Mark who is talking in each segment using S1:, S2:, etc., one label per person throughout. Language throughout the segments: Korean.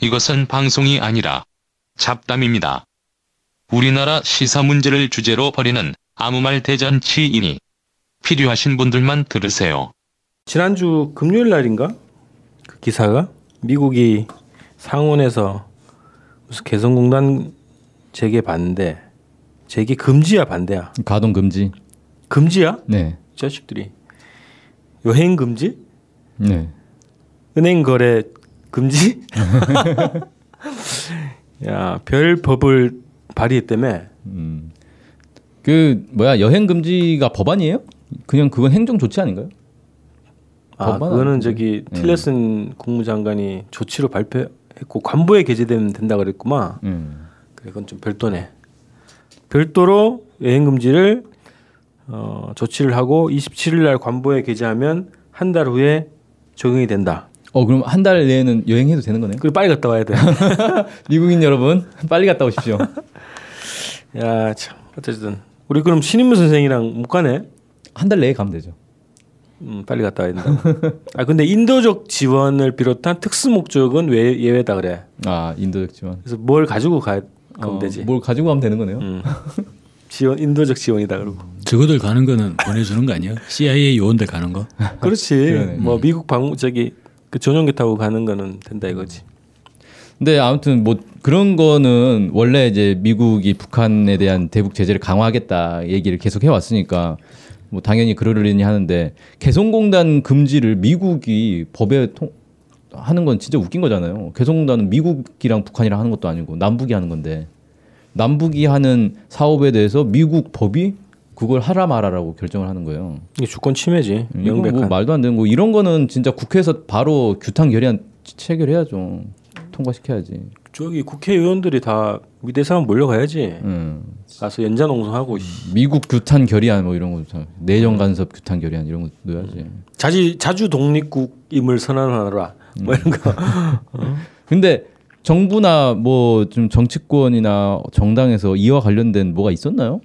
S1: 이것은 방송이 아니라 잡담입니다. 우리나라 시사 문제를 주제로 벌이는 아무 말 대잔치이니 필요하신 분들만 들으세요.
S2: 지난주 금요일 날인가? 그 기사가 미국이 상원에서 무슨 개성공단 재개 반대, 재개 금지야 반대야?
S3: 가동 금지.
S2: 금지야?
S3: 네.
S2: 이 자식들이 여행 금지?
S3: 네.
S2: 은행 거래 금지? 야, 별 법을 발의했다며. 아,
S3: 음. 그 뭐야 여행 금지가 법안이에요? 그냥 그건 행정 조치 아닌가요?
S2: 아,
S3: 법안 네.
S2: 그거는
S3: 아닌데.
S2: 저기 틸레슨 국무장관이 조치로 발표했고 관보에 게재되면 된다 그랬구만.
S3: 음.
S2: 그래, 그건 좀 별도네. 별도로 여행 금지를 어, 조치를 하고 27일 날 관보에 게재하면 한 달 후에 적용이 된다.
S3: 어 그럼 한 달 내에는 여행해도 되는 거네요?
S2: 그리고 빨리 갔다 와야 돼.
S3: 미국인 여러분 빨리 갔다 오십시오.
S2: 야, 참. 어쨌든 우리 그럼 신인무 선생이랑 못 가네.
S3: 한 달 내에 가면 되죠.
S2: 음, 빨리 갔다 와야 된다. 아, 근데 인도적 지원을 비롯한 특수 목적은 외, 예외다 그래.
S3: 아 인도였지만.
S2: 그래서 뭘 가지고 가 가면 되지.
S3: 뭘 가지고 가면 되는 거네요.
S2: 음. 지원 인도적 지원이다 그러고.
S4: 저거들 가는 거는 보내주는 거 아니에요? CIA 요원들 가는 거?
S2: 그렇지. 뭐 미국 방 저기 그 전용기 타고 가는 거는 된다 이거지.
S3: 근데 아무튼 뭐 그런 거는 원래 이제 미국이 북한에 대한 대북 제재를 강화하겠다 얘기를 계속 해왔으니까 뭐 당연히 그러려니 하는데 개성공단 금지를 미국이 법에 통 하는 건 진짜 웃긴 거잖아요. 개성공단은 미국이랑 북한이랑 하는 것도 아니고 남북이 하는 건데 남북이 하는 사업에 대해서 미국 법이 그걸 하라 말아라고 결정을 하는 거예요.
S2: 이게 주권 침해지.
S3: 이건
S2: 명백한.
S3: 뭐 말도 안 되는 거. 이런 거는 진짜 국회에서 바로 규탄 결의안 체결해야죠. 통과시켜야지.
S2: 저기 국회의원들이 다 위대사원 몰려가야지.
S3: 음.
S2: 가서 연자농성하고 씨.
S3: 미국 규탄 결의안 뭐 이런 거 참, 내정 간섭 규탄 결의안 이런 거 넣어야지.
S2: 자지 자주 독립국임을 선언하라. 뭐 이런 거.
S3: 근데 정부나 뭐 좀 정치권이나 정당에서 이와 관련된 뭐가 있었나요?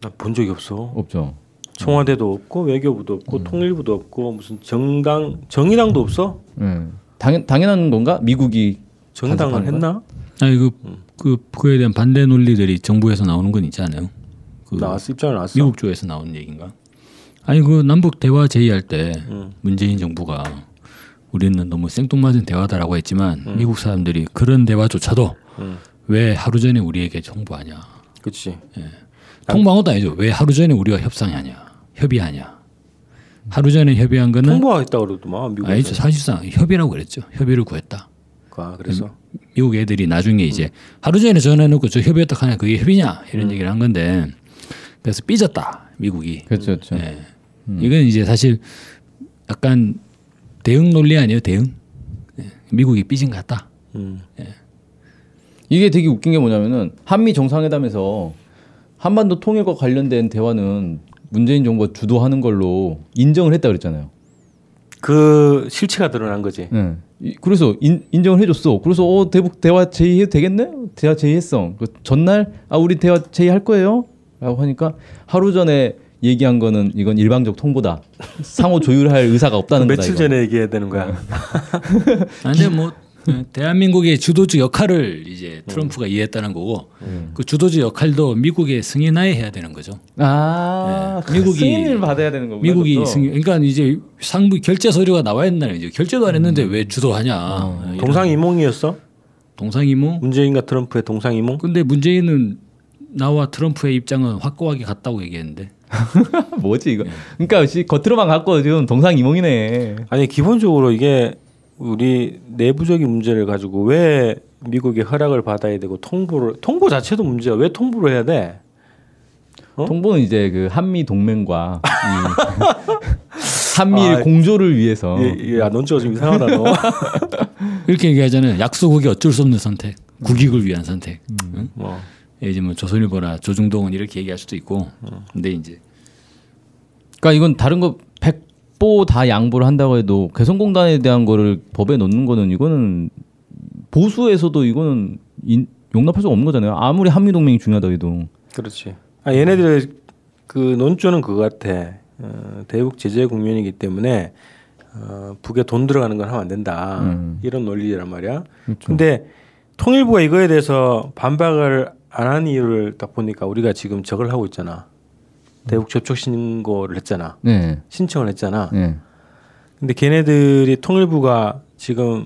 S2: 나 본 적이 없어.
S3: 없죠.
S2: 청와대도 없고 외교부도 없고 통일부도 없고 무슨 정당 정의당도 없어.
S3: 예. 당연 당연한 건가? 미국이
S2: 정당을
S3: 간섭하는
S2: 했나?
S4: 아니 그, 그 그에 대한 반대 논리들이 정부에서 나오는 건 있지 않아요? 그
S2: 나왔어 입장을 나왔어.
S4: 미국 쪽에서 나온 얘기인가? 아니 그 남북 대화 제의할 때 문재인 정부가 우리는 너무 생뚱맞은 대화다라고 했지만
S2: 음.
S4: 미국 사람들이 그런 대화조차도 왜 하루 전에 우리에게
S2: 아.
S4: 정부하냐?
S2: 그렇지.
S4: 통방어도 아니죠. 왜 하루 전에 우리와 협상하냐? 협의하냐? 하루 전에 협의한 거는
S2: 통보하겠다 그러더만 미국.
S4: 아니죠. 사실상 협의라고 그랬죠. 협의를 구했다.
S2: 아 그래서
S4: 미국 애들이 나중에
S2: 음.
S4: 이제 하루 전에 전화해놓고 저 협의했다 하냐 그게 협의냐 이런
S2: 음.
S4: 얘기를 한 건데 그래서 삐졌다 미국이
S3: 그렇죠, 그렇죠.
S4: 예.
S2: 음.
S4: 이건 이제 사실 약간 대응 논리 아니에요 대응 예. 미국이 삐진 것 같다
S2: 음.
S3: 이게 되게 웃긴 게 뭐냐면은 한미 정상회담에서 한반도 통일과 관련된 대화는 문재인 정부가 주도하는 걸로 인정을 했다 그랬잖아요.
S2: 그 실체가 드러난 거지.
S3: 예. 이- 그래서 인, 인정을 해줬어. 그래서 어 대북 대화 제의해도 되겠네? 대화 제의했어. 그 전날 아 우리 대화 제의할 거예요?라고 하니까 하루 전에 얘기한 거는 이건 일방적 통보다. 상호 조율할 의사가 없다는 거다.
S2: 며칠
S3: 이거.
S2: 전에 얘기해야 되는 거야.
S4: 근데 뭐 예, 대한민국의 주도적 역할을 이제 트럼프가 이해했다는 거고 그 주도적 역할도 미국의 승인하에 해야 되는 거죠
S3: 아
S4: 예. 미국이-
S3: 승인을 받아야 되는 거구나.
S4: 미국이
S3: 그것도.
S4: 승인 그러니까 이제 상부 결제 서류가 나와야 된다는 거죠 결제도 안 했는데 왜 주도하냐 이런
S2: 동상이몽이었어?
S4: 동상이모 뭐.
S2: 문재인과 트럼프의 동상이몽?
S4: 근데 문재인은 나와 트럼프의 입장은 확고하게 같다고 얘기했는데
S3: 뭐지 이거? 그러니까 씨, 겉으로만 갖고 지금 동상이몽이네.
S2: 아니 기본적으로 이게 우리 내부적인 문제를 가지고 왜 미국의 허락을 받아야 되고 통보를 통보 자체도 문제야. 왜 통보를 해야 돼? 어?
S3: 통보는 이제 그 한미 동맹과 이 한미일
S2: 아,
S3: 공조를 위해서.
S2: 예, 예, 아, 논조가 좀 이상하다 너.
S4: 이렇게 얘기하잖아요. 약소국이 어쩔 수 없는 선택, 국익을 위한 선택. 응?
S2: 뭐.
S4: 이제 뭐 조선일보나 조중동은 이렇게 얘기할 수도 있고, 근데 이제
S3: 그러니까 이건 다른 거 백보 다 양보를 한다고 해도 개성공단에 대한 거를 법에 넣는 거는 이거는 보수에서도 이거는 인- 용납할 수 없는 거잖아요. 아무리 한미 동맹이 중요하다 해도.
S2: 그렇지. 아 얘네들의 그 논조는 그거 같아. 어, 대북 제재 국면이기 때문에 어, 북에 돈 들어가는 건 하면 안 된다 이런 논리란 말이야. 근데 통일부가 이거에 대해서 반박을 안 한 이유를 딱 보니까 우리가 지금 저걸 하고 있잖아. 대북 접촉 신고를 했잖아.
S3: 네.
S2: 신청을 했잖아.
S3: 네.
S2: 근데 걔네들이 통일부가 지금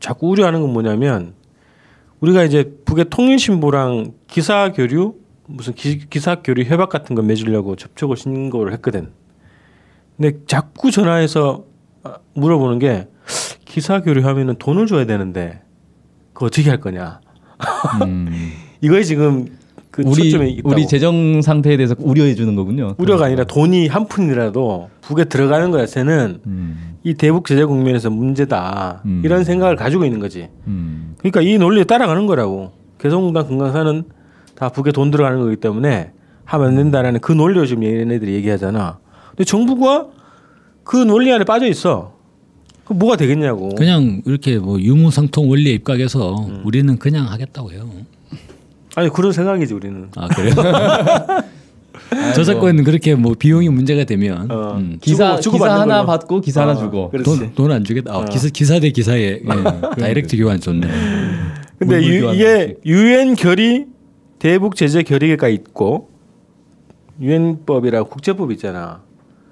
S2: 자꾸 우려하는 건 뭐냐면 우리가 이제 북의 통일신보랑 기사 교류 무슨 기, 기사 교류 협약 같은 거 맺으려고 접촉을 신고를 했거든. 근데 자꾸 전화해서 아, 물어보는 게 기사 교류하면은 돈을 줘야 되는데 그거 어떻게 할 거냐. 이거에 지금 그 초점이
S3: 음. 우리
S2: 있다고.
S3: 우리 재정 상태에 대해서 우려해 주는 거군요.
S2: 우려가 아니라 돈이 한 푼이라도 북에 들어가는 것 자체는
S3: 음.
S2: 이 대북 제재 국면에서 문제다
S3: 음.
S2: 이런 생각을 가지고 있는 거지.
S3: 음.
S2: 그러니까 이 논리에 따라가는 거라고. 개성공단 금강산은 다 북에 돈 들어가는 거기 때문에 하면 안 된다라는 그 논리로 지금 얘네들이 얘기하잖아. 근데 정부가 그 논리 안에 빠져 있어. 그 뭐가 되겠냐고.
S4: 그냥 이렇게 뭐 유무상통 원리에 입각해서
S2: 음.
S4: 우리는 그냥 하겠다고 해요.
S2: 아니 그런 생각이지 우리는.
S4: 아 그래요? 저작권 은 그렇게 뭐 비용이 문제가 되면
S2: 어.
S4: 음.
S3: 기사
S2: 주고- 주고받는
S3: 기사 하나
S2: 걸로.
S3: 받고 기사
S2: 아,
S3: 하나 주고.
S2: 그렇지. 어. 아,
S4: 돈돈 안 주겠다. 아, 기사 기사 대 기사에 예, 다이렉트 교환 좋네.
S2: 근데
S3: 물물
S2: 유,
S3: 교환
S2: 이게 유엔 결의 대북 제재 결의가 있고 유엔법이라고 국제법 있잖아.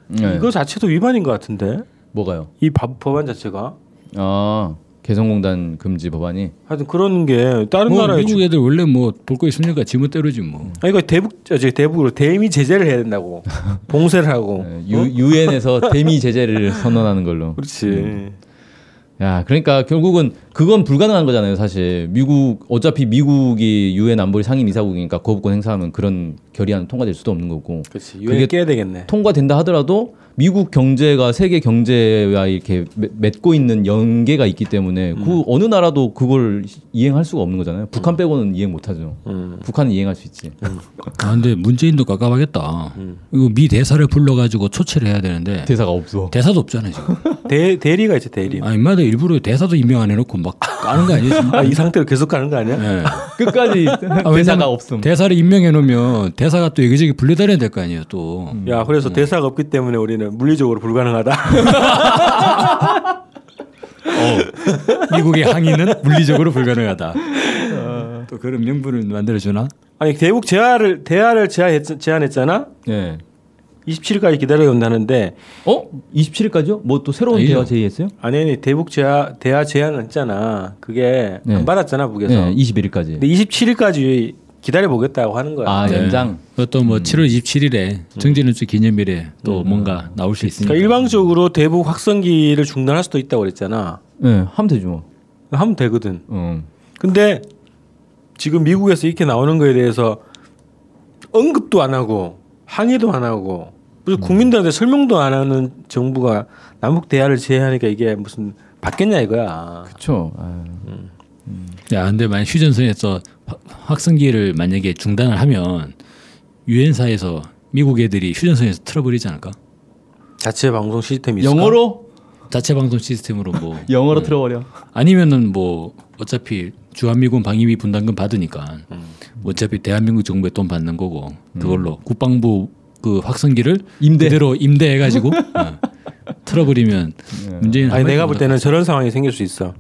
S3: 네.
S2: 이거 자체도 위반인 것 같은데
S3: 뭐가요?
S2: 이 법- 법안 자체가.
S3: 아 개성공단 금지 법안이.
S2: 하여튼 그런 게 다른
S4: 뭐
S2: 나라에
S4: 미국 애들 원래 뭐 볼 거 있으니까 지문 때려지 뭐.
S2: 아 이거 대북 저기 대북으로 대미 제재를 해야 된다고 봉쇄를 하고
S3: 네, 유 유엔에서 대미 제재를 선언하는 걸로.
S2: 그렇지
S3: 음. 야, 그러니까 결국은 그건 불가능한 거잖아요, 사실. 미국 어차피 미국이 유엔 안보리 상임 이사국이니까 거부권 행사하면 그런 결의안 통과될 수도 없는 거고.
S2: 그렇지 유엔 이
S3: 그게-
S2: 깨야 되겠네
S3: 통과된다 하더라도 미국 경제가 세계 경제와 이렇게 맺- 맺고 있는 연계가 있기 때문에 그 어느 나라도 그걸 이행할 수가 없는 거잖아요. 북한 빼고는 이행 못 하죠. 북한은 이행할 수 있지.
S4: 아 근데 문재인도 깝깝하겠다.
S2: 음.
S4: 이거 미 대사를 불러가지고 초치를 해야 되는데
S3: 대사가 없어.
S4: 대사도 없잖아요 지금.
S2: 대 대리가 있지 대리
S3: 음.
S4: 아 인마들 일부러 대사도 임명 안 해놓고 막 까는 거 아니지?
S2: 음. 아, 이 상태로 계속 가는 거
S3: 네.
S2: 아니야
S4: 예.
S3: 끝까지 대사가 없음.
S4: 대사를 임명해 놓으면 대사가 또 여기저기 분리다녀야 될 거 아니에요 또.
S2: 야 그래서
S3: 음.
S2: 대사가 없기 때문에 우리는 물리적으로 불가능하다
S4: 미국의 항의는 물리적으로 불가능하다. 또 그런 명분을 만들어 주나?
S2: 아니 대북 제화를 대화를 제안했, 제안했잖아
S3: 예.
S2: 27일까지 기다려야 온다는데
S3: 어? 27일까지요? 뭐 또 새로운
S4: 아니죠.
S3: 대화 제의했어요?
S2: 아니 아니 대북 제화 대화 제안을 했잖아 그게 안
S3: 네.
S2: 받았잖아 북에서
S3: 네, 21일까지.
S2: 근데 27일까지 기다려 보겠다고 하는 거야
S3: 아, 연장.
S4: 그것도 네. 뭐 7월 27일에 정진우주 기념일에 또 뭔가 나올 수 있으니까.
S2: 그러니까 일방적으로 대북 확성기를 중단할 수도 있다고 그랬잖아
S3: 예, 하면 되죠. 뭐.
S2: 하면 되거든
S3: 음.
S2: 근데 지금 미국에서 이렇게 나오는 거에 대해서 언급도 안 하고 항의도 안 하고 무슨 국민들한테 설명도 안 하는 정부가 남북 대화를 제외하니까 이게 무슨 받겠냐 이거야.
S3: 그쵸. 아,
S4: 야, 근데 만약 휴전선에서 화- 확성기를 만약에 중단을 하면 유엔사에서 미국 애들이 휴전선에서 틀어버리지 않을까?
S2: 그 자체 방송 시스템이 있을까?
S3: 영어로?
S4: 자체 방송 시스템으로 뭐
S3: 영어로 틀어버려.
S4: 아니면은 뭐 어차피 주한미군 방위비 분담금 받으니까
S2: 음.
S4: 어차피 대한민국 정부에 돈 받는 거고 그걸로 국방부 그 확성기를
S3: 임대.
S4: 그대로 임대해가지고 어, 틀어버리면 문재인
S2: 예. 아니 내가 볼 때는 저런 상황이 생길 수 있어.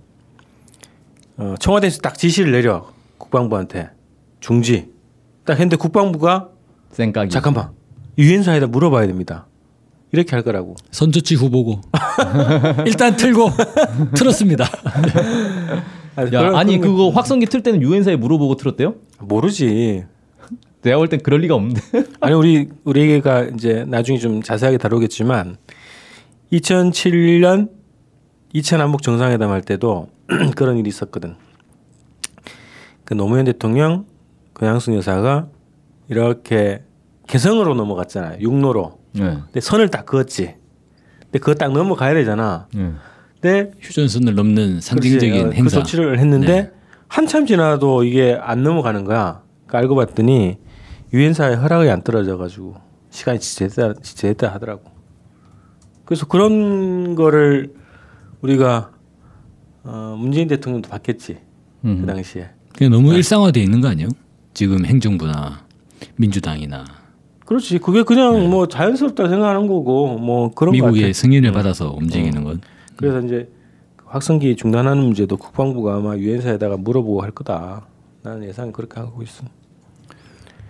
S2: 어, 청와대에서 딱 지시를 내려 국방부한테 중지. 딱 했는데 국방부가
S3: 생각이.
S2: 잠깐만 유엔사에다 물어봐야 됩니다. 이렇게 할 거라고.
S4: 선조치 후보고 일단 틀고 틀었습니다.
S2: 아니,
S3: 야,
S2: 그런-
S3: 아니
S2: 그런
S3: 그거 확성기 틀 때는 유엔사에 물어보고 틀었대요?
S2: 거- 모르지.
S3: 내가 볼 땐 그럴 리가 없는데.
S2: 아니 우리 우리가 이제 나중에 좀 자세하게 다루겠지만 2007년 2000 남북 정상회담 할 때도 그런 일이 있었거든. 그 노무현 대통령, 그 권양순 여사가 이렇게 개성으로 넘어갔잖아요. 육로로.
S3: 네.
S2: 근데 선을 딱 그었지. 근데 그거 딱 넘어가야 되잖아.
S3: 네.
S2: 근데
S4: 휴전선을 넘는
S2: 그렇지, 어,
S4: 상징적인 행사. 네.
S2: 그 조치를 했는데 한참 지나도 이게 안 넘어가는 거야. 그러니까 알고 봤더니 유엔사의 허락이 안 떨어져가지고 시간이 지체됐다, 지체됐다 하더라고. 그래서 그런 거를 우리가 어, 문재인 대통령도 봤겠지
S4: 음.
S2: 그 당시에.
S4: 그게 너무 일상화돼 있는 거 아니에요? 지금 행정부나 민주당이나
S2: 그렇지. 그게 그냥 뭐 자연스럽다 생각하는 거고 뭐 그런 거 같아요.
S4: 네.
S2: 네. 어.
S4: 미국의 승인을 받아서 움직이는 건
S2: 그래서 이제 그 확성기 중단하는 문제도 국방부가 아마 유엔사에다가 물어보고 할 거다. 나는 예상 그렇게 하고 있어.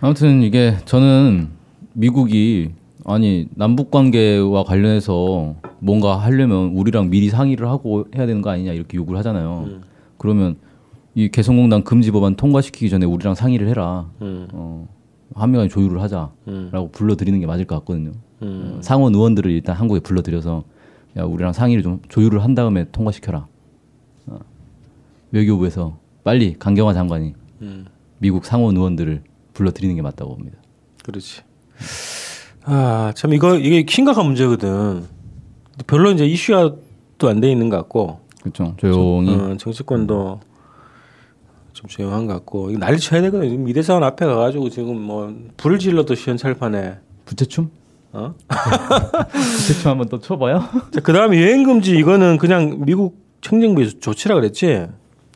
S3: 아무튼 이게 저는 미국이 아니 남북 관계와 관련해서 뭔가 하려면 우리랑 미리 상의를 하고 해야 되는 거 아니냐 이렇게 요구를 하잖아요. 그러면 이 개성공단 금지 법안 통과시키기 전에 우리랑 상의를 해라.
S2: 음.
S3: 어, 한미 간에 조율을 하자라고
S2: 음.
S3: 불러들이는 게 맞을 것 같거든요.
S2: 음.
S3: 어, 상원 의원들을 일단 한국에 불러들여서 야 우리랑 상의를 좀 조율을 한 다음에 통과시켜라. 어, 외교부에서 빨리 강경화 장관이
S2: 음.
S3: 미국 상원 의원들을 불러들이는 게 맞다고 봅니다.
S2: 그렇지. 아, 참 이거 이게 심각한 문제거든. 근데 별로 이제 이슈화도 안 돼 있는 것 같고
S3: 그렇죠. 조용히
S2: 어, 정치권도 좀 조용한 것 같고 이거 난리 쳐야 되거든. 지금 미대사원 앞에 가가지고 지금 뭐 불을 질러도 시원찰판에
S3: 부채춤?
S2: 어?
S3: 부채춤 한번 또 쳐봐요.
S2: 자, 그다음에 여행 금지 이거는 그냥 미국 행정부에서 조치라 그랬지.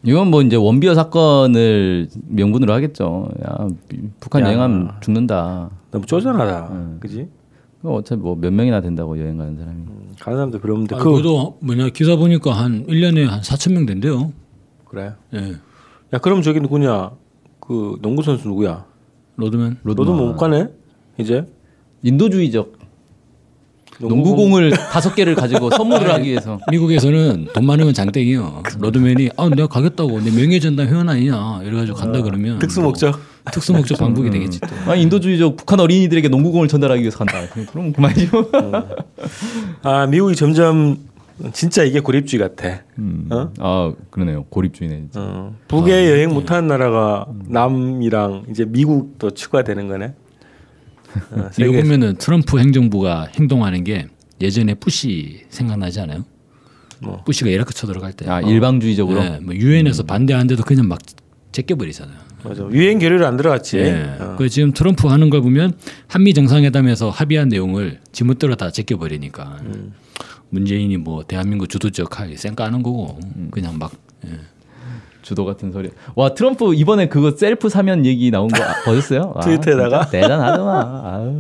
S3: 이건 뭐 이제 원비어 사건을 명분으로 하겠죠. 야, 미- 북한
S2: 야.
S3: 여행하면 죽는다.
S2: 너무
S3: 음.
S2: 쪼잔하다. 그지?
S3: 그거 어차피 뭐 몇 명이나 된다고 여행 가는 사람이.
S2: 음, 가는 사람도 별로 없는데
S4: 아,
S2: 그
S4: 그것도 뭐냐 기사 보니까 한 1년에 한 4천 명 된대요.
S2: 그래.
S4: 예.
S2: 야 그럼 저기 누구냐? 그 농구 선수 누구야?
S4: 로드맨.
S3: 로드마.
S2: 너도 못 가네 이제.
S3: 인도주의적 농구공을 다섯 개를 가지고 선물을 하기 위해서.
S4: 미국에서는 돈 많으면 장땡이요. 로드맨이 아 내가 가겠다고 내 명예전당 회원 아니냐 이래가지고 간다 그러면
S2: 특수
S4: 뭐
S2: 목적. 음,
S4: 특수 목적 반복이 되겠지.
S3: 아 인도주의적 북한 어린이들에게 농구공을 전달하기 위해서 간다. 그럼 그만이죠.
S2: 어. 아 미국이 점점 진짜 이게 고립주의 같아.
S3: 음.
S2: 어?
S3: 아 그러네요. 고립주의네. 진짜.
S2: 어, 북에
S4: 아, 네.
S2: 여행 못하는 나라가
S4: 음.
S2: 남이랑 이제 미국도 추가되는 거네. 어,
S4: 이거
S2: 세계
S4: 보면은 트럼프 행정부가 행동하는 게 예전에 부시 생각나지 않아요?
S2: 뭐. 음.
S4: 부시가 이라크 쳐들어갈 때.
S3: 아 일방주의적으로.
S4: 네, 뭐 유엔에서 반대하는데도 그냥 막 제껴버리잖아요.
S2: 맞아. 유엔 결의를 안 들어갔지.
S4: 예.
S2: 어.
S4: 그 지금 트럼프 하는 걸 보면 한미 정상회담에서 합의한 내용을 지멋대로 다 제껴버리니까
S2: 음.
S4: 문재인이 뭐 대한민국 주도적 하에 쌩까는 거고
S2: 음.
S4: 그냥 막 예.
S3: 주도 같은 소리. 와 트럼프 이번에 그거 셀프 사면 얘기 나온 거 아- 보셨어요? 와,
S2: 트위터에다가?
S3: 진짜 대단하더만. 아유,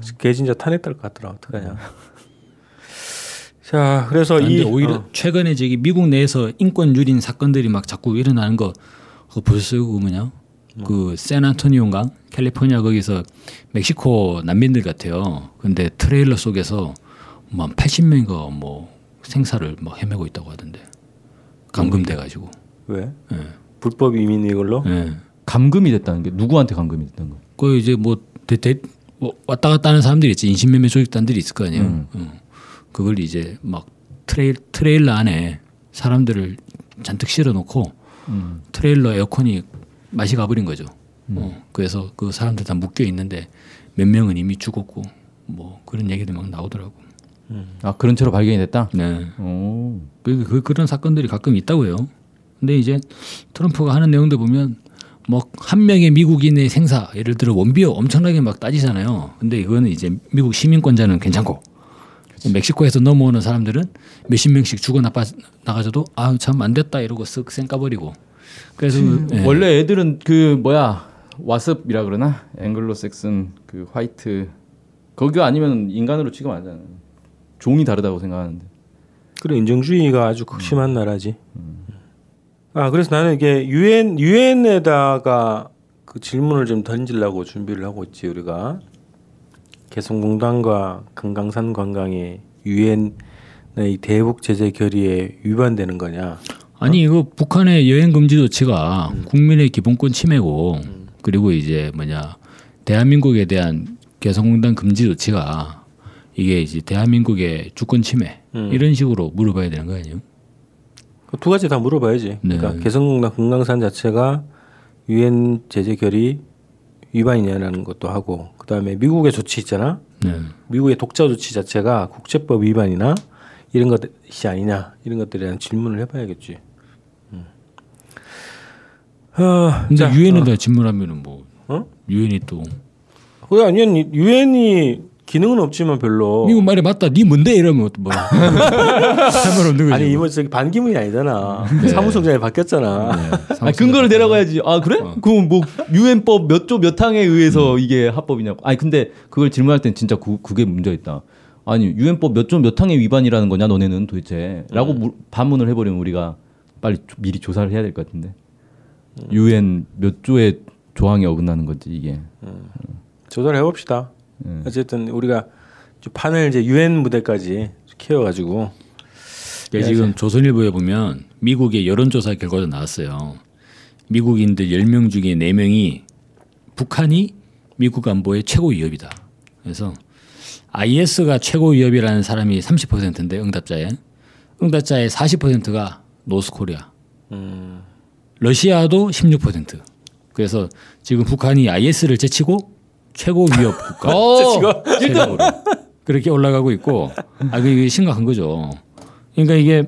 S3: 진짜.
S2: 걔 진짜 탄핵될 것 같더라. 어떡하냐. 자, 그래서
S4: 아, 근데
S2: 이
S4: 오히려
S2: 어,
S4: 최근에 저기 미국 내에서 인권 유린 사건들이 막 자꾸 일어나는 거 그거 보셨어요 그거 뭐냐 그 샌안토니오인가 캘리포니아 거기서 멕시코 난민들 같아요 근데 트레일러 속에서 뭐 80명인가 뭐 생사를 막 헤매고 있다고 하던데 감금돼 가지고
S2: 왜
S4: 예.
S2: 불법 이민 이걸로
S4: 예.
S3: 감금이 됐다는 게 누구한테 감금이 됐다는 거?
S4: 그 이제 뭐, 대, 대, 뭐 왔다 갔다 하는 사람들이 있지 인신매매 조직단들이 있을 거 아니에요. 어. 그걸 이제 막 트레일 트레일러 안에 사람들을 잔뜩 실어놓고
S3: 음.
S4: 트레일러 에어컨이 맛이 가버린 거죠. 어. 그래서 그 사람들 다 묶여 있는데 몇 명은 이미 죽었고 뭐 그런 얘기들 막 나오더라고.
S3: 아 그런 채로 발견이 됐다.
S4: 네.
S3: 오.
S4: 그, 그, 그런 사건들이 가끔 있다고 해요. 근데 이제 트럼프가 하는 내용들 보면 뭐 한 명의 미국인의 생사 예를 들어 원비어 엄청나게 막 따지잖아요. 근데 이거는 이제 미국 시민권자는 괜찮고 멕시코에서 넘어오는 사람들은 몇십 명씩 죽어 나빠 나가져도 아 참 안 됐다 이러고 쓱 쌩까버리고 그래서 예.
S3: 원래 애들은 그 뭐야 와습이라 그러나 앵글로색슨 그 화이트 거기 아니면 인간으로 취급하잖아요. 종이 다르다고 생각하는데.
S2: 그래 인종주의가 아주 극심한 나라지. 아, 그래서 나는 이게 유엔 유엔에다가 그 질문을 좀 던지려고 준비를 하고 있지 우리가 개성공단과 금강산 관광이 유엔의 대북 제재 결의에 위반되는 거냐?
S4: 아니 이거 북한의 여행 금지 조치가
S2: 음.
S4: 국민의 기본권 침해고 그리고 이제 뭐냐 대한민국에 대한 개성공단 금지 조치가 이게 이제 대한민국의 주권 침해
S2: 음.
S4: 이런 식으로 물어봐야 되는 거 아니에요?
S2: 그두 가지 다 물어봐야지.
S4: 네.
S2: 그러니까 개성공단 금강산 자체가 유엔 제재 결의 위반이냐라는 것도 하고 그다음에 미국의 조치 있잖아.
S4: 네.
S2: 미국의 독자 조치 자체가 국제법 위반이나 이런 것이 아니냐 이런 것들에 대한 질문을 해봐야겠지. 음. 아,
S4: 근데
S2: 자,
S4: 유엔에다 질문하면은 뭐
S2: 어?
S4: 유엔이 또
S2: 그게 아니면 유엔이 기능은 없지만 별로
S4: 미국 말이 맞다. 니 뭔데 이러면 뭐 잘못 없는 거지.
S2: 아니
S4: 뭐.
S2: 이번 저기 반기문이 아니잖아.
S3: 네.
S2: 사무총장이 바뀌었잖아.
S4: 네.
S3: 아, 근거를 내려가야지. 아 그래? 그럼 뭐 유엔법 몇 조 몇 항에 의해서 이게 합법이냐고. 아니 근데 그걸 질문할 땐 진짜 그, 그게 문제 있다. 아니 유엔법 몇 조 몇 항의 위반이라는 거냐 너네는 도대체?라고 반문을 해버리면 우리가 빨리 조- 미리 조사를 해야 될 것 같은데. 유엔 몇 조의 조항에 어긋나는 거지 이게.
S2: 조사를 해봅시다.
S4: 네.
S2: 어쨌든 우리가 이제 판을 이제 유엔 무대까지 키워가지고
S4: 예, 지금 조선일보에 보면 미국의 여론조사 결과도 나왔어요. 미국인들 10명 중에 4명이 북한이 미국 안보의 최고 위협이다. 그래서 IS가 최고 위협이라는 사람이 30%인데 응답자에 응답자의 40%가 노스코리아. 러시아도 16%. 그래서 지금 북한이 IS를 제치고 최고 위협 국가. 세력으로 그렇게 올라가고 있고 아 이게 심각한 거죠. 그러니까 이게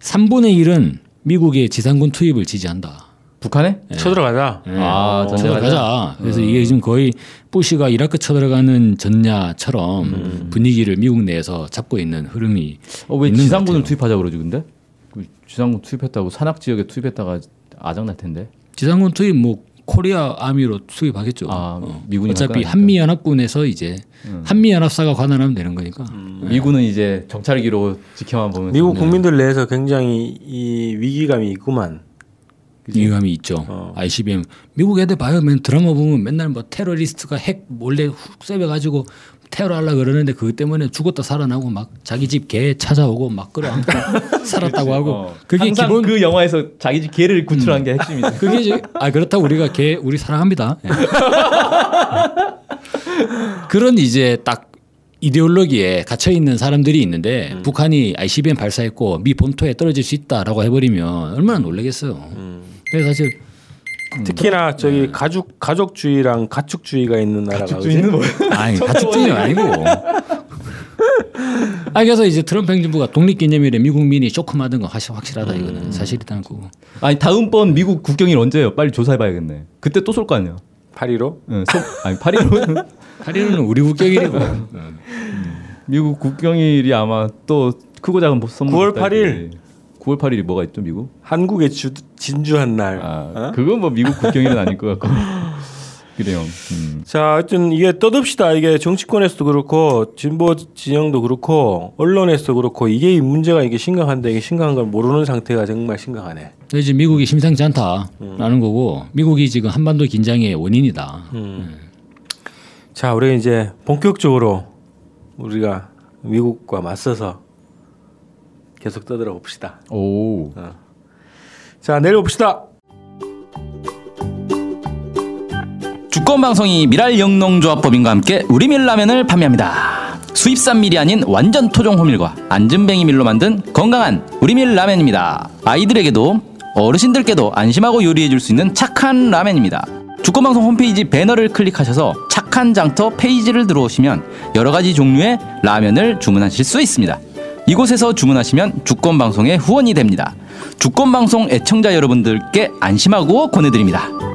S4: 3분의 1은 미국의 지상군 투입을 지지한다.
S3: 북한에?
S4: 네.
S2: 쳐들어가자.
S3: 아, 음.
S4: 쳐들어가자. 그래서 이게 지금 거의 부시가 이라크 쳐들어가는 전야처럼
S3: 음.
S4: 분위기를 미국 내에서 잡고 있는 흐름이
S3: 어, 왜
S4: 있는 것
S3: 지상군을
S4: 같아요.
S3: 투입하자 그러지 근데? 그 지상군 투입했다고 산악 지역에 투입했다가 아장 날 텐데.
S4: 지상군 투입 뭐 코리아 아미로 투입하겠죠.
S3: 아,
S4: 어.
S3: 미군이
S4: 어차피
S3: 할까? 음.
S4: 한미 연합군에서 이제 한미 연합사가 관할하면 되는 거니까.
S3: 미군은 이제 정찰기로 지켜만 보면서
S2: 미국
S3: 네.
S2: 국민들 내에서 굉장히 이 위기감이 있구만.
S4: 위험이 있죠.
S3: 어.
S4: ICBM 미국 애들 봐요. 맨 드라마 보면 맨날 뭐 테러리스트가 핵 몰래 훅 쐬매가지고 테러하려 그러는데 그것 때문에 죽었다 살아나고 막 자기 집 개 찾아오고 막 끌어안고 살았다고 하고
S3: 어.
S4: 그게
S3: 항상
S4: 기본 음.
S3: 그 영화에서 자기 집 개를 구출한 게 핵심이죠.
S4: 그게 이제 아 그렇다고 우리가 개 우리 사랑합니다. 예. 그런 이제 딱 이데올로기에 갇혀 있는 사람들이 있는데
S3: 음.
S4: 북한이 ICBM 발사했고 미 본토에 떨어질 수 있다라고 해버리면 얼마나 놀라겠어요.
S3: 음.
S4: 근데 사실
S2: 특히나 저기 가족 가족주의랑 가축주의가 있는 음. 네. 나라가 그지?
S4: 아, 아니 가축증은 아니고. 아 그래서 이제 트럼프 행정부가 독립기념일에 미국민이 쇼크맞은 거 확실- 확실하다 이거는 사실이라는 그 거고.
S3: 아니 다음번 미국 국경일 언제예요? 빨리 조사해봐야겠네. 그때 또 쏠 거 아니야?
S2: 뭐 8.15
S3: 응, 소, 아니 파리로
S4: 하리는 우리 국격일이고.
S3: 미국 국경일이 아마 또 크고 작은 뭐 선물.
S2: 9월 8일.
S3: 9월 8일이 뭐가 있죠 미국?
S2: 한국의 주, 진주한 날.
S3: 아
S2: 어?
S3: 그건 뭐 미국 국경일은 아닐 것 같고 그래요. 음.
S2: 자, 하여튼 이게 떠듭시다. 이게 정치권에서도 그렇고 진보 진영도 그렇고 언론에서도 그렇고 이게 이 문제가 이게 심각한데 이게 심각한 걸 모르는 상태가 정말 심각하네.
S4: 근데 이제 미국이 심상치 않다라는 거고 미국이 지금 한반도 긴장의 원인이다.
S2: 자, 우리 이제 본격적으로 우리가 미국과 맞서서 계속 떠들어 봅시다.
S3: 오.
S2: 자, 내려 봅시다.
S5: 주권 방송이 미랄 영농조합법인과 함께 우리 밀라면을 판매합니다. 수입산 밀이 아닌 완전 토종 호밀과 안전뱅이 밀로 만든 건강한 우리 밀 라면입니다. 아이들에게도 어르신들께도 안심하고 요리해 줄 수 있는 착한 라면입니다. 주권 방송 홈페이지 배너를 클릭하셔서 착한 장터 페이지를 들어오시면 여러 가지 종류의 라면을 주문하실 수 있습니다. 이곳에서 주문하시면 주권 방송의 후원이 됩니다. 주권 방송 애청자 여러분들께 안심하고 권해드립니다.